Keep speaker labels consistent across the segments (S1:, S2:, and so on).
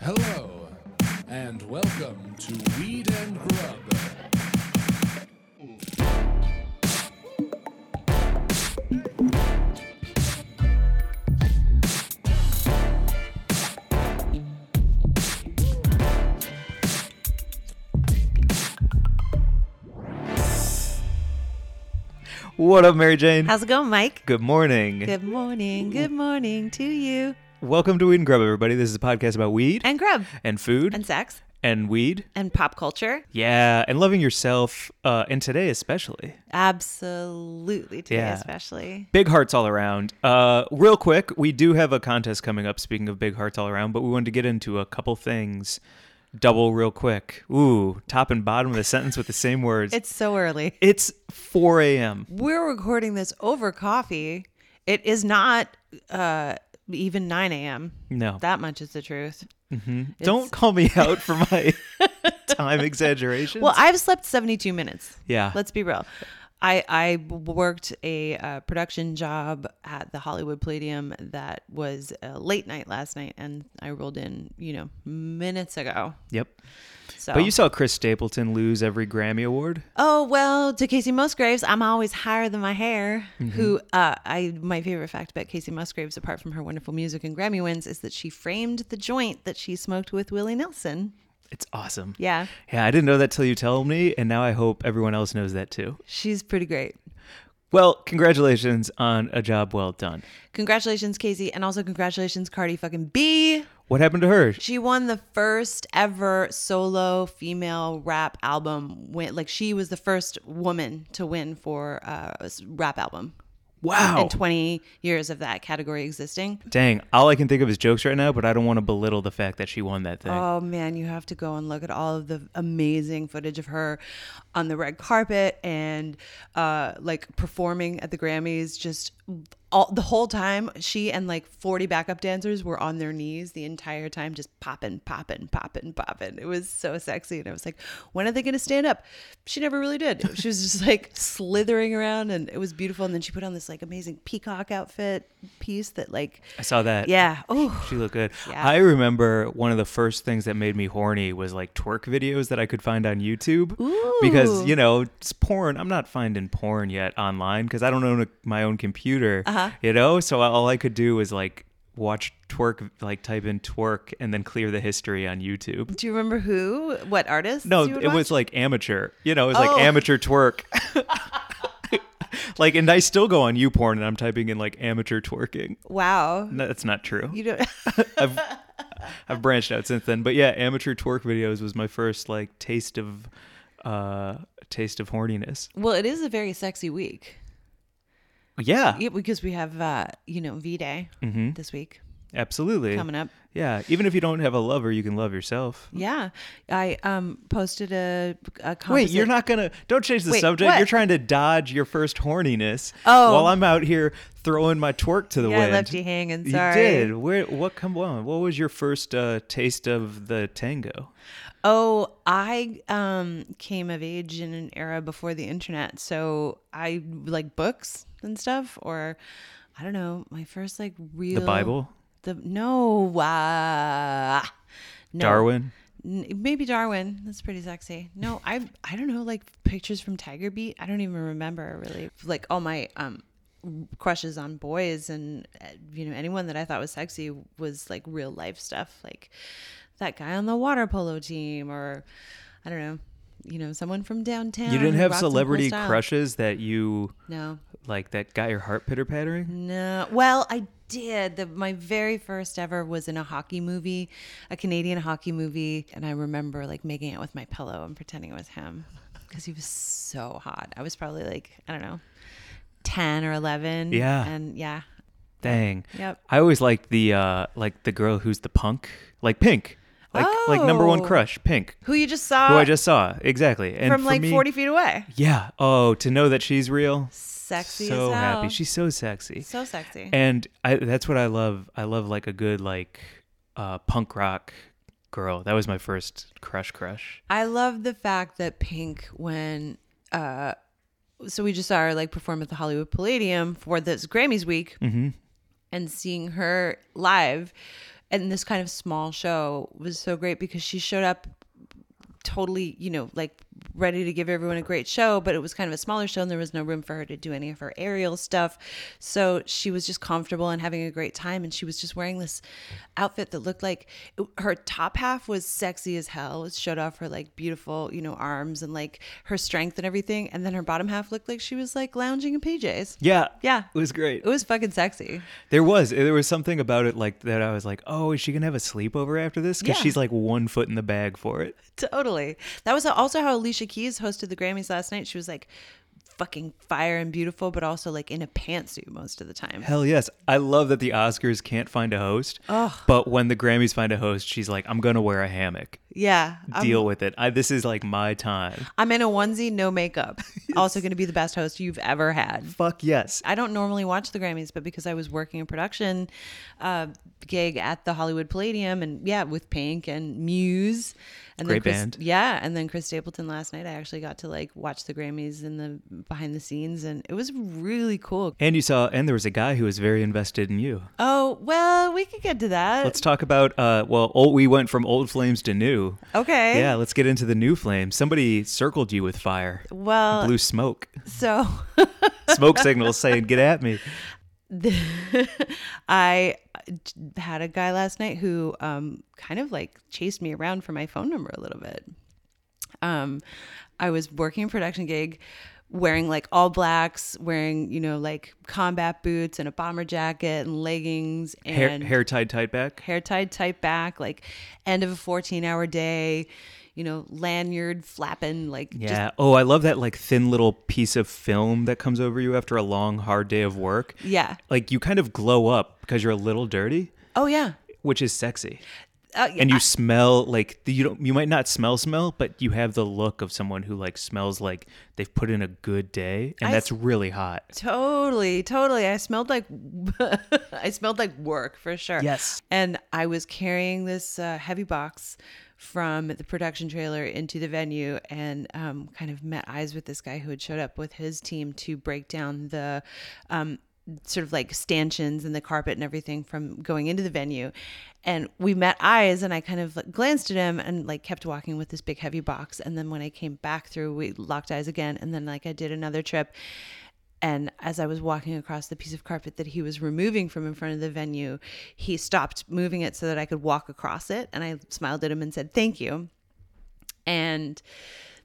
S1: Hello, and welcome to Weed and Grub.
S2: What up, Mary Jane?
S3: How's it going, Mike?
S2: Good morning.
S3: Good morning. Good morning to you.
S2: Welcome to Weed and Grub, everybody. This is a podcast about weed
S3: And grub.
S2: and food
S3: And sex.
S2: and weed.
S3: And pop culture.
S2: Yeah, and loving yourself, uh, and today especially.
S3: Absolutely today,
S2: Yeah.
S3: especially.
S2: Big hearts all around. Uh, real quick, we do have a contest coming up. Speaking of big hearts all around, but we wanted to get into a couple things. Double real quick. Ooh, top and bottom of the sentence with the same words.
S3: It's so early.
S2: it's 4 a.m.
S3: We're recording this over coffee. It is not uh, even 9 a.m.
S2: No,
S3: That much is the truth.
S2: don't call me out for my time exaggeration.
S3: Well, I've slept 72 minutes.
S2: yeah,
S3: Let's be real. I, I worked a uh, production job at the Hollywood Palladium that was uh, late night last night, and I rolled in, you know, minutes ago.
S2: yep.
S3: So.
S2: But you saw Chris Stapleton lose every Grammy award.
S3: Oh well, to Casey Musgraves, I'm always higher than my hair.
S2: Mm-hmm.
S3: Who uh, I my favorite fact about Casey Musgraves, apart from her wonderful music and Grammy wins, is that she framed the joint that she smoked with Willie Nelson.
S2: It's awesome.
S3: Yeah,
S2: Yeah, I didn't know that till you tell me, and now I hope everyone else knows that too.
S3: she's pretty great.
S2: Well, congratulations on a job well done.
S3: Congratulations, Casey, and also congratulations, Cardi fucking B.
S2: What happened to her?
S3: She won the first ever solo female rap album. Win like she was the first woman to win for uh, a s- rap album.
S2: Wow.
S3: In 20 years of that category existing.
S2: Dang, all I can think of is jokes right now, but I don't want to belittle the fact that she won that thing.
S3: Oh man, you have to go and look at all of the amazing footage of her on the red carpet and uh, like performing at the Grammys. Just all the whole time, she and like forty backup dancers were on their knees the entire time, just popping, popping, popping, popping. It was so sexy, and I was like, when are they gonna stand up? She never really did. She was just like slithering around, and it was beautiful. And then she put on this like amazing peacock outfit piece that like,
S2: I saw that.
S3: yeah, oh.
S2: She looked good.
S3: Yeah.
S2: I remember one of the first things that made me horny was like twerk videos that I could find on YouTube. Because,
S3: Ooh.
S2: you know, it's porn. I'm not finding porn yet online because I don't own a, my own computer,
S3: Uh-huh.
S2: you know? So all I could do was like watch twerk, like type in twerk and then clear the history on YouTube.
S3: Do you remember who? What artist?
S2: No,
S3: you would
S2: it
S3: watch?
S2: was like amateur, you know, it was
S3: Oh.
S2: like amateur twerk. like, and I still go on YouPorn and I'm typing in like amateur twerking.
S3: Wow.
S2: No, that's not true.
S3: You don't
S2: I've branched out since then, but yeah, amateur twerk videos was my first like taste of uh taste of horniness.
S3: Well, it is a very sexy week.
S2: Yeah,
S3: Yeah, because we have uh, you know, V Day this week
S2: absolutely.
S3: coming up.
S2: Mm-hmm. Yeah, even if you don't have a lover, you can love yourself.
S3: Yeah. I um posted a a
S2: Wait,
S3: composite-
S2: you're not gonna don't change the
S3: Wait,
S2: subject.
S3: what?
S2: You're trying to dodge your first horniness.
S3: Oh.
S2: while I'm out here throwing my twerk to the
S3: Yeah, I
S2: wind.
S3: left you hanging,
S2: You
S3: sorry.
S2: did. Where? What? Come on. What was your first uh, taste of the tango?
S3: Oh, I um came of age in an era before the internet, so I like books and stuff or I don't know, my first like real
S2: The Bible,
S3: The no uh, no.
S2: Darwin.
S3: N- Maybe Darwin. That's pretty sexy. No, I I don't know, like pictures from Tiger Beat. I don't even remember really. Like all my um crushes on boys and uh, you know anyone that I thought was sexy was like real life stuff, like that guy on the water polo team, or I don't know, you know, someone from downtown.
S2: You didn't
S3: who
S2: have
S3: rocked some cool
S2: celebrity
S3: style.
S2: crushes that you
S3: No,
S2: like that got your heart pitter pattering?
S3: No. Well, I did. The, my very first ever was in a hockey movie, a Canadian hockey movie, and I remember like making out with my pillow and pretending it was him because he was so hot. I was probably like I don't know, ten or eleven.
S2: Yeah.
S3: And yeah.
S2: Dang.
S3: Yep.
S2: I always liked the uh like the girl who's the punk, like Pink, like like number one
S3: Oh.
S2: crush, Pink,
S3: Who you just saw?
S2: who I just saw exactly. And
S3: from
S2: for
S3: like
S2: me-
S3: forty feet away.
S2: Yeah. Oh, to know that she's real.
S3: Sexy.
S2: so
S3: as hell.
S2: happy. She's so sexy.
S3: so sexy.
S2: And I that's what I love. I love like a good like uh punk rock girl. That was my first crush crush.
S3: I love the fact that Pink, when uh, so we just saw her like perform at the Hollywood Palladium for this Grammys week, and seeing her live and this kind of small show was so great because she showed up totally, you know, like ready to give everyone a great show, but it was kind of a smaller show and there was no room for her to do any of her aerial stuff. So she was just comfortable and having a great time. And she was just wearing this outfit that looked like it- her top half was sexy as hell. It showed off her like beautiful, you know, arms and like her strength and everything. And then her bottom half looked like she was like lounging in PJs.
S2: Yeah.
S3: Yeah.
S2: It was great.
S3: It was fucking sexy.
S2: There was there was something about it like that. I was like, oh, is she gonna have a sleepover after this? Because
S3: Yeah.
S2: she's like one foot in the bag for it.
S3: Totally. That was also how Alicia Keys hosted the Grammys last night. She was like fucking fire and beautiful, but also like in a pantsuit most of the time.
S2: Hell yes, I love that the Oscars can't find a host, but when the Grammys find a host, she's like, I'm gonna wear a hammock.
S3: Yeah. I'm,
S2: Deal with it. I, this is like my time.
S3: I'm in a onesie, no makeup. Also going to be the best host you've ever had.
S2: Fuck yes.
S3: I don't normally watch the Grammys, but because I was working a production uh, gig at the Hollywood Palladium, and yeah, with Pink and Muse, and
S2: Great
S3: then Chris,
S2: band.
S3: yeah, and then Chris Stapleton last night, I actually got to like watch the Grammys in the behind the scenes, and it was really cool.
S2: And you saw, and there was a guy who was very invested in you.
S3: Oh well, we could get to that.
S2: Let's talk about. Uh, well, old, we went from old flames to new.
S3: okay.
S2: Yeah, let's get into the new flames. Somebody circled you with fire,
S3: Well,
S2: blue smoke,
S3: so
S2: smoke signals saying, "Get at me."
S3: I had a guy last night who um, kind of like chased me around for my phone number a little bit. Um, I was working a production gig wearing like all blacks, wearing, you know, like combat boots and a bomber jacket and leggings
S2: Hair,
S3: and
S2: hair tied tight back.
S3: hair tied tight back, like end of a 14 hour day, you know, lanyard flapping, like just
S2: Yeah. oh, I love that like thin little piece of film that comes over you after a long, hard day of work.
S3: Yeah.
S2: Like you kind of glow up because you're a little dirty,
S3: Oh yeah.
S2: which is sexy.
S3: Oh, yeah.
S2: And you smell like you don't. You might not smell smell, but you have the look of someone who like smells like they've put in a good day, and
S3: I
S2: that's
S3: s-
S2: really hot.
S3: Totally, totally. I smelled like I smelled like work for sure.
S2: Yes.
S3: And I was carrying this uh, heavy box from the production trailer into the venue, and um, kind of met eyes with this guy who had showed up with his team to break down the um, sort of like stanchions and the carpet and everything from going into the venue. And we met eyes, and I kind of like, glanced at him and like kept walking with this big heavy box. And then when I came back through, we locked eyes again, and then like I did another trip. And as I was walking across the piece of carpet that he was removing from in front of the venue, he stopped moving it so that I could walk across it. And I smiled at him and said, Thank you. And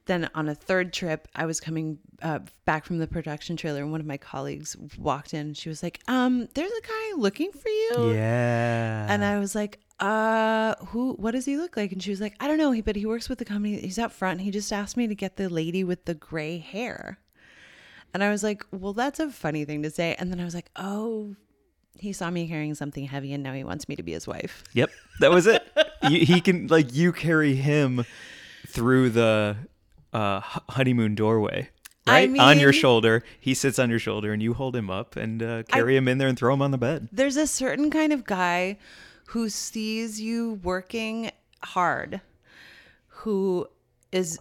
S3: then on a third trip, I was coming uh, back from the production trailer, and one of my colleagues walked in. She was like, um, There's a guy looking for you.
S2: Yeah.
S3: And I was like, uh, who, what does he look like? And she was like, I don't know, he- but he works with the company. He's out front. He just asked me to get the lady with the gray hair. And I was like, well, that's a funny thing to say. And then I was like, oh, he saw me carrying something heavy and now he wants me to be his wife.
S2: Yep, that was it. you, he can like you carry him through the uh, h- honeymoon doorway,
S3: I
S2: right? on your
S3: mean-
S2: shoulder, he sits on your shoulder, and you hold him up and uh, carry him in there and throw him on the bed.
S3: There's a certain kind of guy who sees you working hard, who is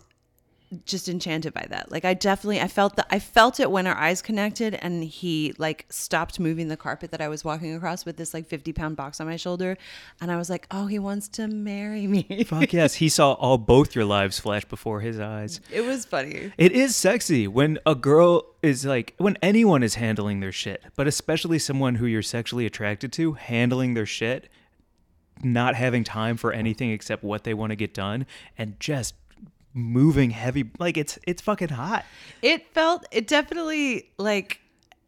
S3: just enchanted by that. Like I definitely I felt that I felt it when our eyes connected and he like stopped moving the carpet that I was walking across with this like 50 pound box on my shoulder and I was like, "Oh, he wants to marry me."
S2: Fuck yes, he saw all both your lives flash before his eyes.
S3: it was funny.
S2: It is sexy when a girl is like when anyone is handling their shit, but especially someone who you're sexually attracted to handling their shit, not having time for anything except what they want to get done and just moving heavy like it's it's fucking hot.
S3: It felt it definitely like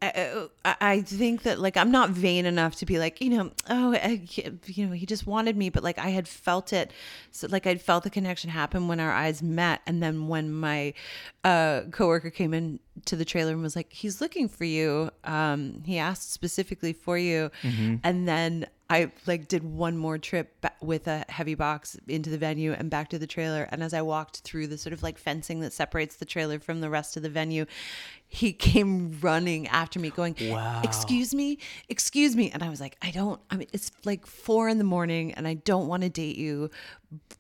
S3: I, I- I think that like I'm not vain enough to be like you know oh I, you know he just wanted me but like I had felt it so like I'd felt the connection happen when our eyes met and then when my uh coworker came in to the trailer and was like he's looking for you um he asked specifically for you
S2: Mm-hmm.
S3: and then I like did one more trip ba- with a heavy box into the venue and back to the trailer. And as I walked through the sort of like fencing that separates the trailer from the rest of the venue, he came running after me, going,
S2: Wow.
S3: "Excuse me, excuse me." And I was like, "I don't. I mean, it's like four in the morning, and I don't want to date you,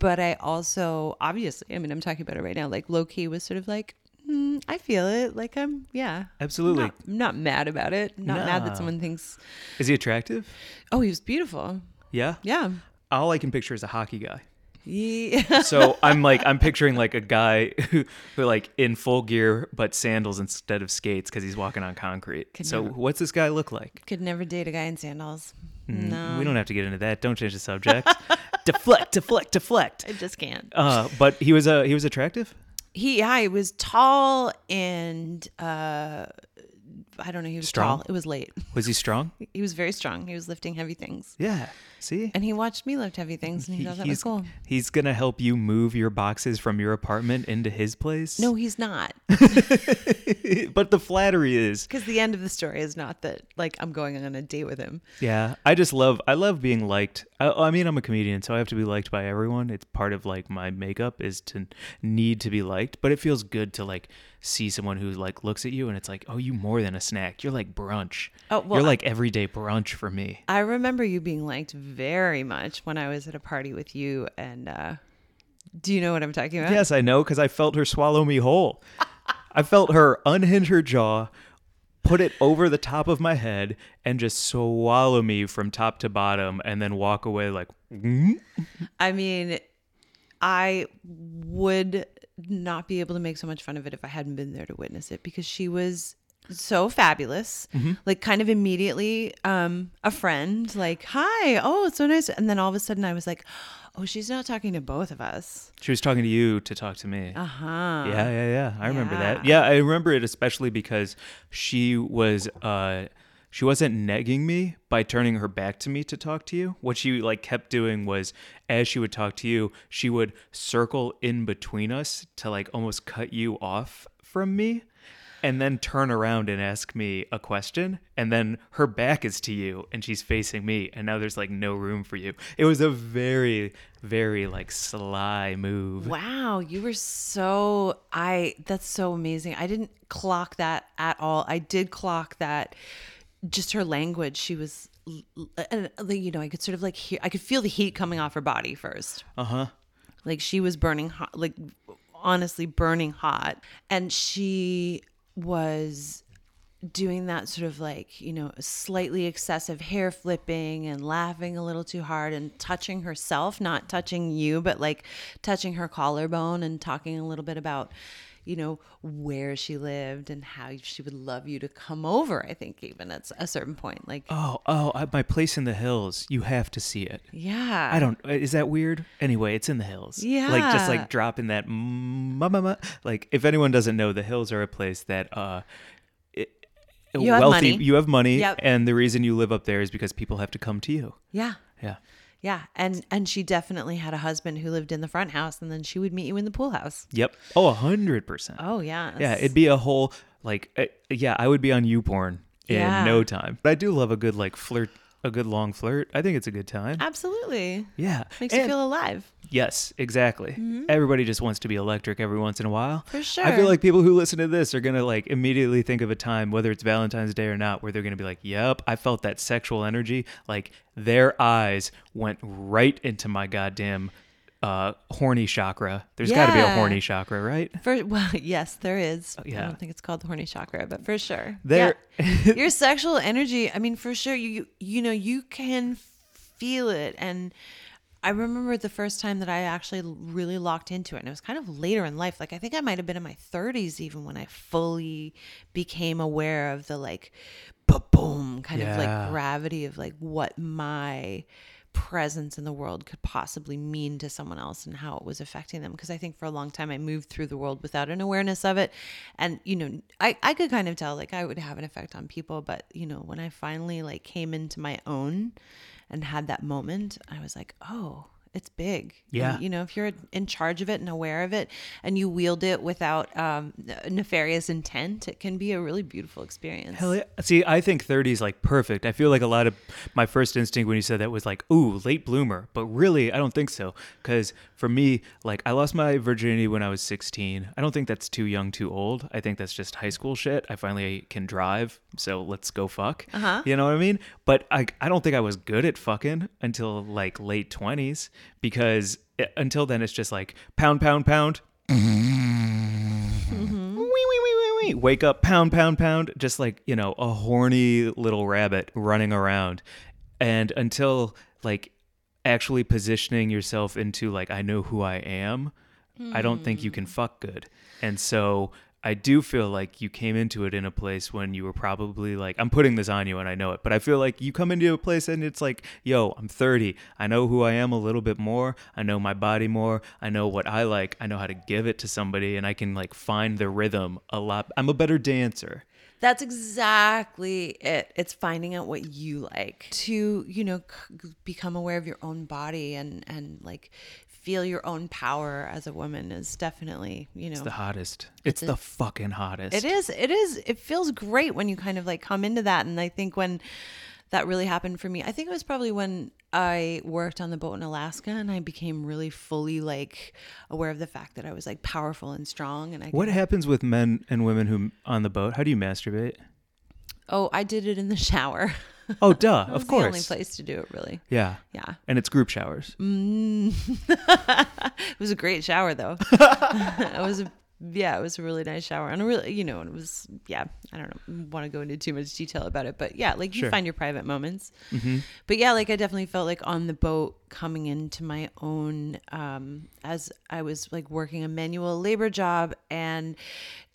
S3: but I also obviously, I mean, I'm talking about it right now. Like low key was sort of like." "Hmm, I feel it. Like I'm, yeah.
S2: Absolutely.
S3: Not, not mad about it. Not mad
S2: No.
S3: that someone thinks
S2: Is he attractive?
S3: Oh, he was beautiful.
S2: Yeah.
S3: Yeah.
S2: All I can picture is a hockey guy.
S3: Yeah.
S2: So I'm like I'm picturing like a guy who, who like in full gear but sandals instead of skates because he's walking on concrete. so what's this guy look like?
S3: Could never date a guy in sandals.
S2: Hmm. We don't have to get into that. Don't change the subject. deflect, deflect, deflect.
S3: I just can't.
S2: Uh, but he was uh, he was attractive.
S3: He yeah, he was tall and uh I don't know, he was
S2: Strong?
S3: tall. It was late.
S2: Was he strong?
S3: He was very strong. He was lifting heavy things.
S2: Yeah. See.
S3: And he watched me lift heavy things and he,
S2: He-
S3: thought that was
S2: he's
S3: cool.
S2: he's gonna help you move your boxes from your apartment into his place.
S3: No, he's not.
S2: but the flattery is
S3: Because the end of the story is not that like I'm going on a date with him.
S2: Yeah, I just love I love being liked. I, oh, I mean, I'm a comedian, so I have to be liked by everyone. It's part of like my makeup is to need to be liked, but it feels good to like see someone who like looks at you and it's like, "Oh, you more than a snack. You're like brunch.
S3: Oh, well,
S2: You're like everyday brunch for me."
S3: I remember you being liked very much when I was at a party with you and uh do you know what I'm talking about?
S2: Yes, I know cuz I felt her swallow me whole. I felt her unhinge her jaw, put it over the top of my head and just swallow me from top to bottom and then walk away like
S3: I mean, I would not be able to make so much fun of it if I hadn't been there to witness it because she was so fabulous. Like kind of immediately um a friend like, "Hi. Oh, it's so nice." And then all of a sudden I was like, "Oh, she's not talking to both of us."
S2: She was talking to you to talk to me.
S3: Uh-huh.
S2: Yeah, yeah, yeah. I remember that. Yeah, I remember it especially because she was uh she wasn't negging me by turning her back to me to talk to you. What she like kept doing was as she would talk to you, she would circle in between us to like almost cut you off from me and then turn around and ask me a question and then her back is to you and she's facing me and now there's like no room for you. It was a very very like sly move.
S3: Wow, you were so I that's so amazing. I didn't clock that at all. I did clock that just her language. She was l- l- and uh, like, you know, I could sort of like hear I could feel the heat coming off her body first. Uh-huh. Like she was burning hot like honestly burning hot and she was doing that sort of like you know slightly excessive hair flipping and laughing a little too hard and touching herself not touching you but like touching her collarbone and talking a little bit about you know where she lived and how she would love you to come over i think even at a certain point like
S2: Oh, oh, I, my place in the hills. You have to see it.
S3: yeah
S2: I don't. Is that weird? Anyway, it's in the hills. Like just
S3: Yeah.
S2: like dropping that. mm, ma, ma, ma. Like if anyone doesn't know, the hills are a place that uh, it,
S3: You have
S2: wealthy.
S3: money.
S2: You have money,
S3: Yep.
S2: and the reason you live up there is because people have to come to you.
S3: yeah
S2: Yeah.
S3: yeah and and she definitely had a husband who lived in the front house and then she would meet you in the pool house
S2: Yep. Oh, a hundred percent.
S3: oh yeah
S2: Yeah, it'd be a whole like. Uh, yeah, I would be on you porn in
S3: Yeah.
S2: no time. But I do love a good like flirt, a good long flirt. I think it's a good time.
S3: absolutely
S2: yeah,
S3: makes you
S2: And-
S3: feel alive
S2: Yes, exactly. Everybody just wants to be electric every once in a while.
S3: Mm-hmm. For
S2: I
S3: sure.
S2: feel like people who listen to this are going to like immediately think of a time whether it's Valentine's Day or not where they're going to be like, "Yep, I felt that sexual energy. Like their eyes went right into my goddamn uh horny chakra. There's got to be a
S3: Yeah.
S2: horny chakra, right?
S3: For well, yes, there is. I
S2: Oh, yeah.
S3: don't think it's called the horny chakra, but for sure.
S2: There-
S3: Yeah. Your sexual energy, I mean, for sure you you, you know, you can feel it and I remember the first time that I actually really locked into it, and it was kind of later in life. Like I think I might have been in my 30s even when I fully became aware of the like, boom, kind of
S2: Yeah.
S3: like gravity of like what my presence in the world could possibly mean to someone else and how it was affecting them because i think for a long time i moved through the world without an awareness of it and you know i i could kind of tell like i would have an effect on people but you know when i finally like came into my own and had that moment i was like oh it's big And,
S2: Yeah.
S3: you know if you're in charge of it and aware of it and you wield it without um nefarious intent it can be a really beautiful experience
S2: Hell yeah. See, I think 30 is like perfect. I feel like a lot of my first instinct when you said that was like, ooh, late bloomer. But really, I don't think so. Because for me, like, I lost my virginity when I was 16. I don't think that's too young, too old. I think that's just high school shit. I finally can drive. So let's go fuck. Uh-huh. You know what I mean? But I, I don't think I was good at fucking until like late 20s because uh, until then, it's just like pound, pound, pound. Wee, wee, wee, wee, wee. Wake up, pound, pound, pound, just like, you know, a horny little rabbit running around. And until like actually positioning yourself into like I know who I am, I don't think you can fuck good. And so I do feel like you came into it in a place when you were probably like, I'm putting this on you and I know it, but I feel like you come into a place and it's like, yo, I'm 30. I know who I am a little bit more. I know my body more. I know what I like. I know how to give it to somebody and I can like find the rhythm a lot. I'm a better dancer.
S3: That's exactly it. It's finding out what you like to, you know, c- become aware of your own body and and like feel your own power as a woman is definitely, you know.
S2: It's the hottest. It's the fucking hottest.
S3: It is. It is. It feels great when you kind of like come into that. And I think when that really happened for me, I think it was probably when I worked on the boat in Alaska and I became really fully like aware of the fact that I was like powerful and strong. And I,
S2: What
S3: could-
S2: happens with men and women who on the boat? How do you masturbate?
S3: oh, I did it in the shower.
S2: Oh, duh,
S3: It was
S2: of
S3: the only
S2: course.
S3: place to do it really.
S2: Yeah.
S3: Yeah.
S2: And it's group showers.
S3: It was a great shower though. it was a yeah, it was a really nice shower and a really you know, and it was yeah, I don't know, want to go into too much detail about it, but yeah, like you
S2: Sure.
S3: find your private moments. But yeah, like I definitely felt like on the boat coming into my own um as I was like working a manual labor job and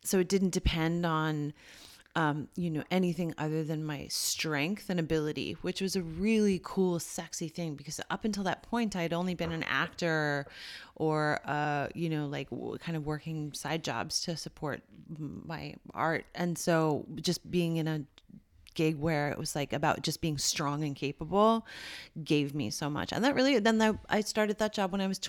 S3: so it didn't depend on um, you know, anything other than my strength and ability, which was a really cool, sexy thing because up until that point, I'd only been an actor or, uh, you know, like w- kind of working side jobs to support m- my art. And so just being in a gig where it was like about just being strong and capable gave me so much. And that really, then that, I started that job when I was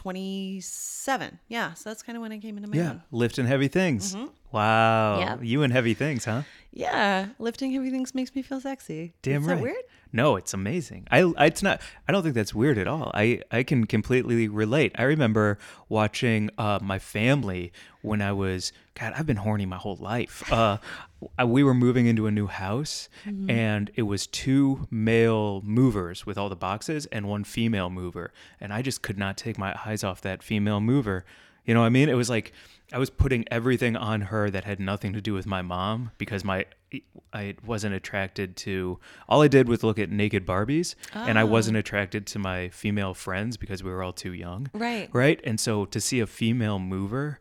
S3: 27. Yeah. So that's kind of when I came into my
S2: Yeah.
S3: own.
S2: Lifting heavy things.
S3: Mm-hmm.
S2: Wow.
S3: Yeah.
S2: You and heavy things, huh?
S3: Yeah. Lifting heavy things makes me feel sexy.
S2: Damn
S3: Is
S2: right.
S3: that weird?
S2: No, it's amazing. I, I it's not I don't think that's weird at all. I I can completely relate. I remember watching uh my family when I was god, I've been horny my whole life. Uh I- we were moving into a new house
S3: Mm-hmm.
S2: and it was two male movers with all the boxes and one female mover and I just could not take my eyes off that female mover. You know what I mean? It was like I was putting everything on her that had nothing to do with my mom because my I wasn't attracted to. All I did was look at naked Barbies, and I wasn't attracted to my female friends because we were all too young.
S3: Right.
S2: Right. And so to see a female mover,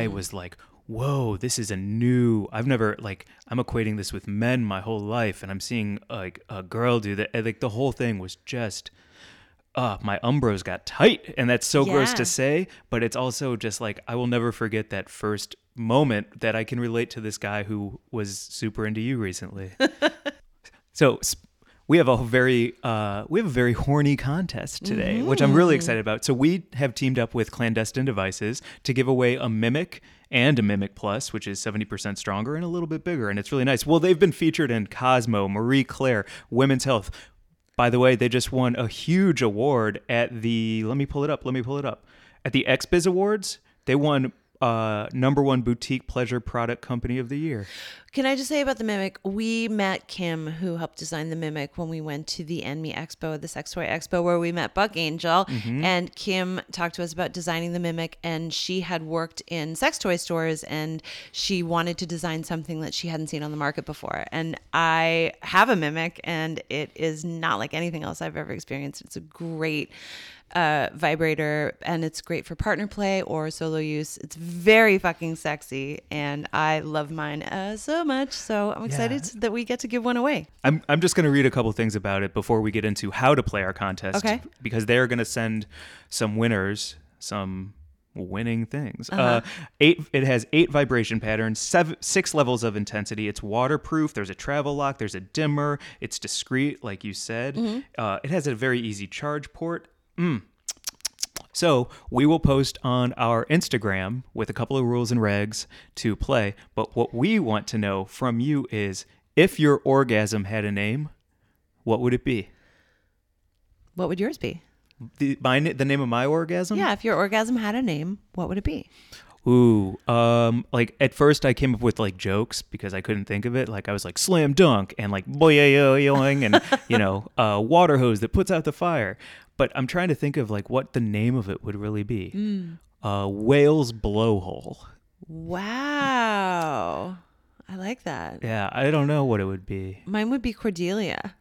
S2: I was like. Whoa, this is a new. I've never like I'm equating this with men my whole life, and I'm seeing like a girl do that. and, Like the whole thing was just uh, my umbros got tight. And that's so gross
S3: Yeah.
S2: to say, but it's also just like, I will never forget that first moment that I can relate to this guy who was super into you recently. so s- we have a very, uh, we have a very horny contest today, which I'm really excited about. So we have teamed up with Clandestine Devices to give away a Mimic and a Mimic Plus, which is 70% stronger and a little bit bigger. And it's really nice. Well, they've been featured in Cosmo, Marie Claire, Women's Health, by the way, they just won a huge award at the. Let me pull it up. Let me pull it up. At the XBiz Awards, they won uh, number one boutique pleasure product company of the year.
S3: Can I just say about the Mimic? We met Kim, who helped design the Mimic, when we went to the Enemy Expo, the Sex Toy Expo, where we met Buck Angel. And Kim talked to us about designing the Mimic, and she had worked in sex toy stores and she wanted to design something that she hadn't seen on the market before. And I have a Mimic, and it is not like anything else I've ever experienced. It's a great uh, vibrator and it's great for partner play or solo use. It's very fucking sexy and I love mine uh, so much. So I'm excited that we get to give one away.
S2: I'm, I'm just going to read a couple things about it before we get into how to play our contest.
S3: Okay.
S2: Because they're going to send some winners some winning things. uh eight. It has eight vibration patterns, seven, six levels of intensity. It's waterproof. There's a travel lock. There's a dimmer. It's discreet, like you said. Uh, it has a very easy charge port. So we will post on our Instagram with a couple of rules and regs to play. But what we want to know from you is if your orgasm had a name, what would it be?
S3: What would yours be?
S2: The, my, the name of my orgasm?
S3: Yeah, if your orgasm had a name, what would it be?
S2: Ooh. Um. Like at first, I came up with like jokes because I couldn't think of it. Like I was like slam dunk and like boyoyoing and you know uh, water hose that puts out the fire. But I'm trying to think of like what the name of it would really be. Uh, whale's blowhole.
S3: Wow. I like that.
S2: Yeah, I don't know what it would be.
S3: Mine would be Cordelia.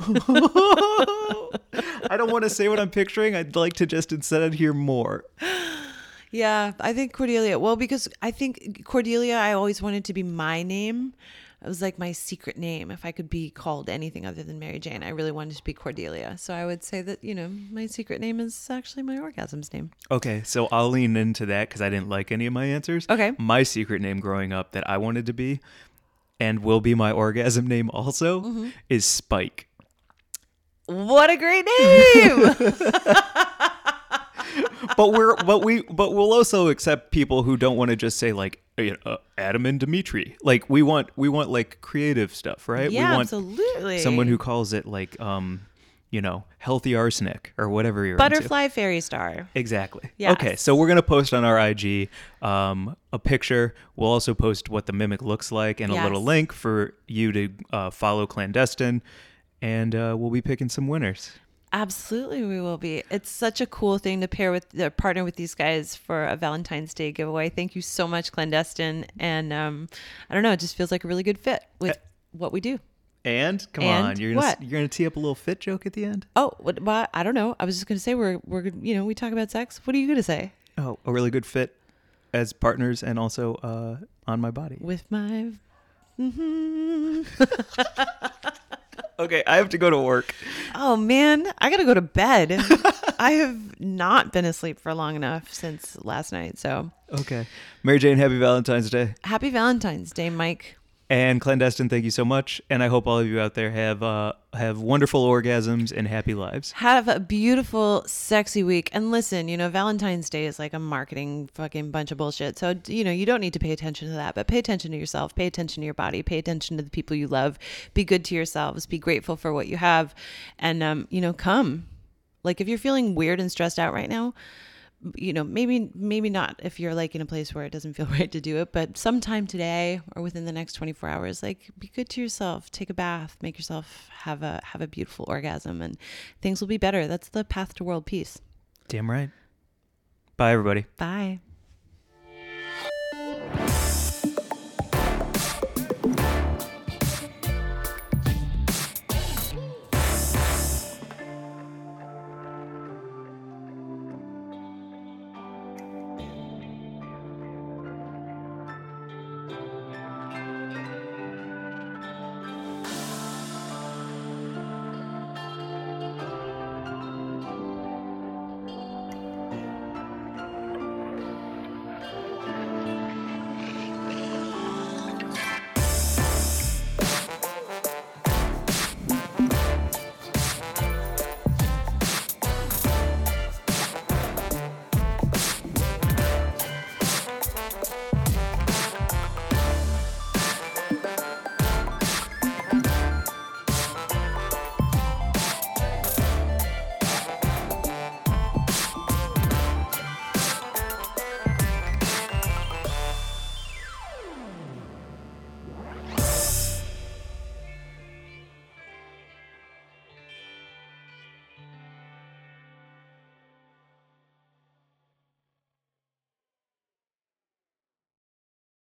S2: I don't want to say what I'm picturing. I'd like to just instead hear more.
S3: Yeah, I think Cordelia. Well, because I think Cordelia, I always wanted to be my name. It was like my secret name. If I could be called anything other than Mary Jane, I really wanted to be Cordelia. So I would say that, you know, my secret name is actually my orgasm's name.
S2: Okay, so I'll lean into that because I didn't like any of my answers.
S3: Okay.
S2: My secret name growing up that I wanted to be and will be my orgasm name also is Spike.
S3: What a great name!
S2: But we're but we but we'll also accept people who don't want to just say like you know, uh, Adam and Dimitri. Like we want we want like creative stuff, right?
S3: yeah,
S2: we want
S3: absolutely.
S2: someone who calls it like um you know, healthy arsenic or whatever you're into.
S3: Butterfly Fairy Star.
S2: Exactly.
S3: Yes.
S2: Okay, so we're gonna post on our IG um, a picture. We'll also post what the mimic looks like and a little
S3: Yes.
S2: link for you to uh, follow clandestine, and uh, we'll be picking some winners.
S3: Absolutely, we will be. It's such a cool thing to pair with, uh, partner with these guys for a Valentine's Day giveaway. Thank you so much, Clandestine. And um, I don't know, it just feels like a really good fit with what we do.
S2: And come
S3: And
S2: on, you're gonna
S3: what?
S2: you're gonna tee up a little fit joke at the end.
S3: Oh, what, what? I don't know. I was just gonna say we're we're you know we talk about sex. What are you gonna say
S2: Oh, a really good fit as partners and also uh, on my body.
S3: with my?
S2: Okay, I have to go to work.
S3: Oh man, I gotta go to bed. I have not been asleep for long enough since last night. So
S2: Okay, Mary Jane, happy Valentine's Day.
S3: happy Valentine's Day, Mike.
S2: And clandestine, thank you so much. And I hope all of you out there have uh, have wonderful orgasms and happy lives.
S3: Have a beautiful, sexy week. And listen, you know, Valentine's Day is like a marketing fucking bunch of bullshit. So, you know, you don't need to pay attention to that, but pay attention to yourself, pay attention to your body, pay attention to the people you love, be good to yourselves, be grateful for what you have, and, um, you know, come. Like if you're feeling weird and stressed out right now, you know, maybe, maybe not if you're like in a place where it doesn't feel right to do it, but sometime today or within the next 24 hours, like be good to yourself, take a bath, make yourself have a, have a beautiful orgasm and things will be better. That's the path to world peace.
S2: Damn right. Bye, everybody.
S3: Bye.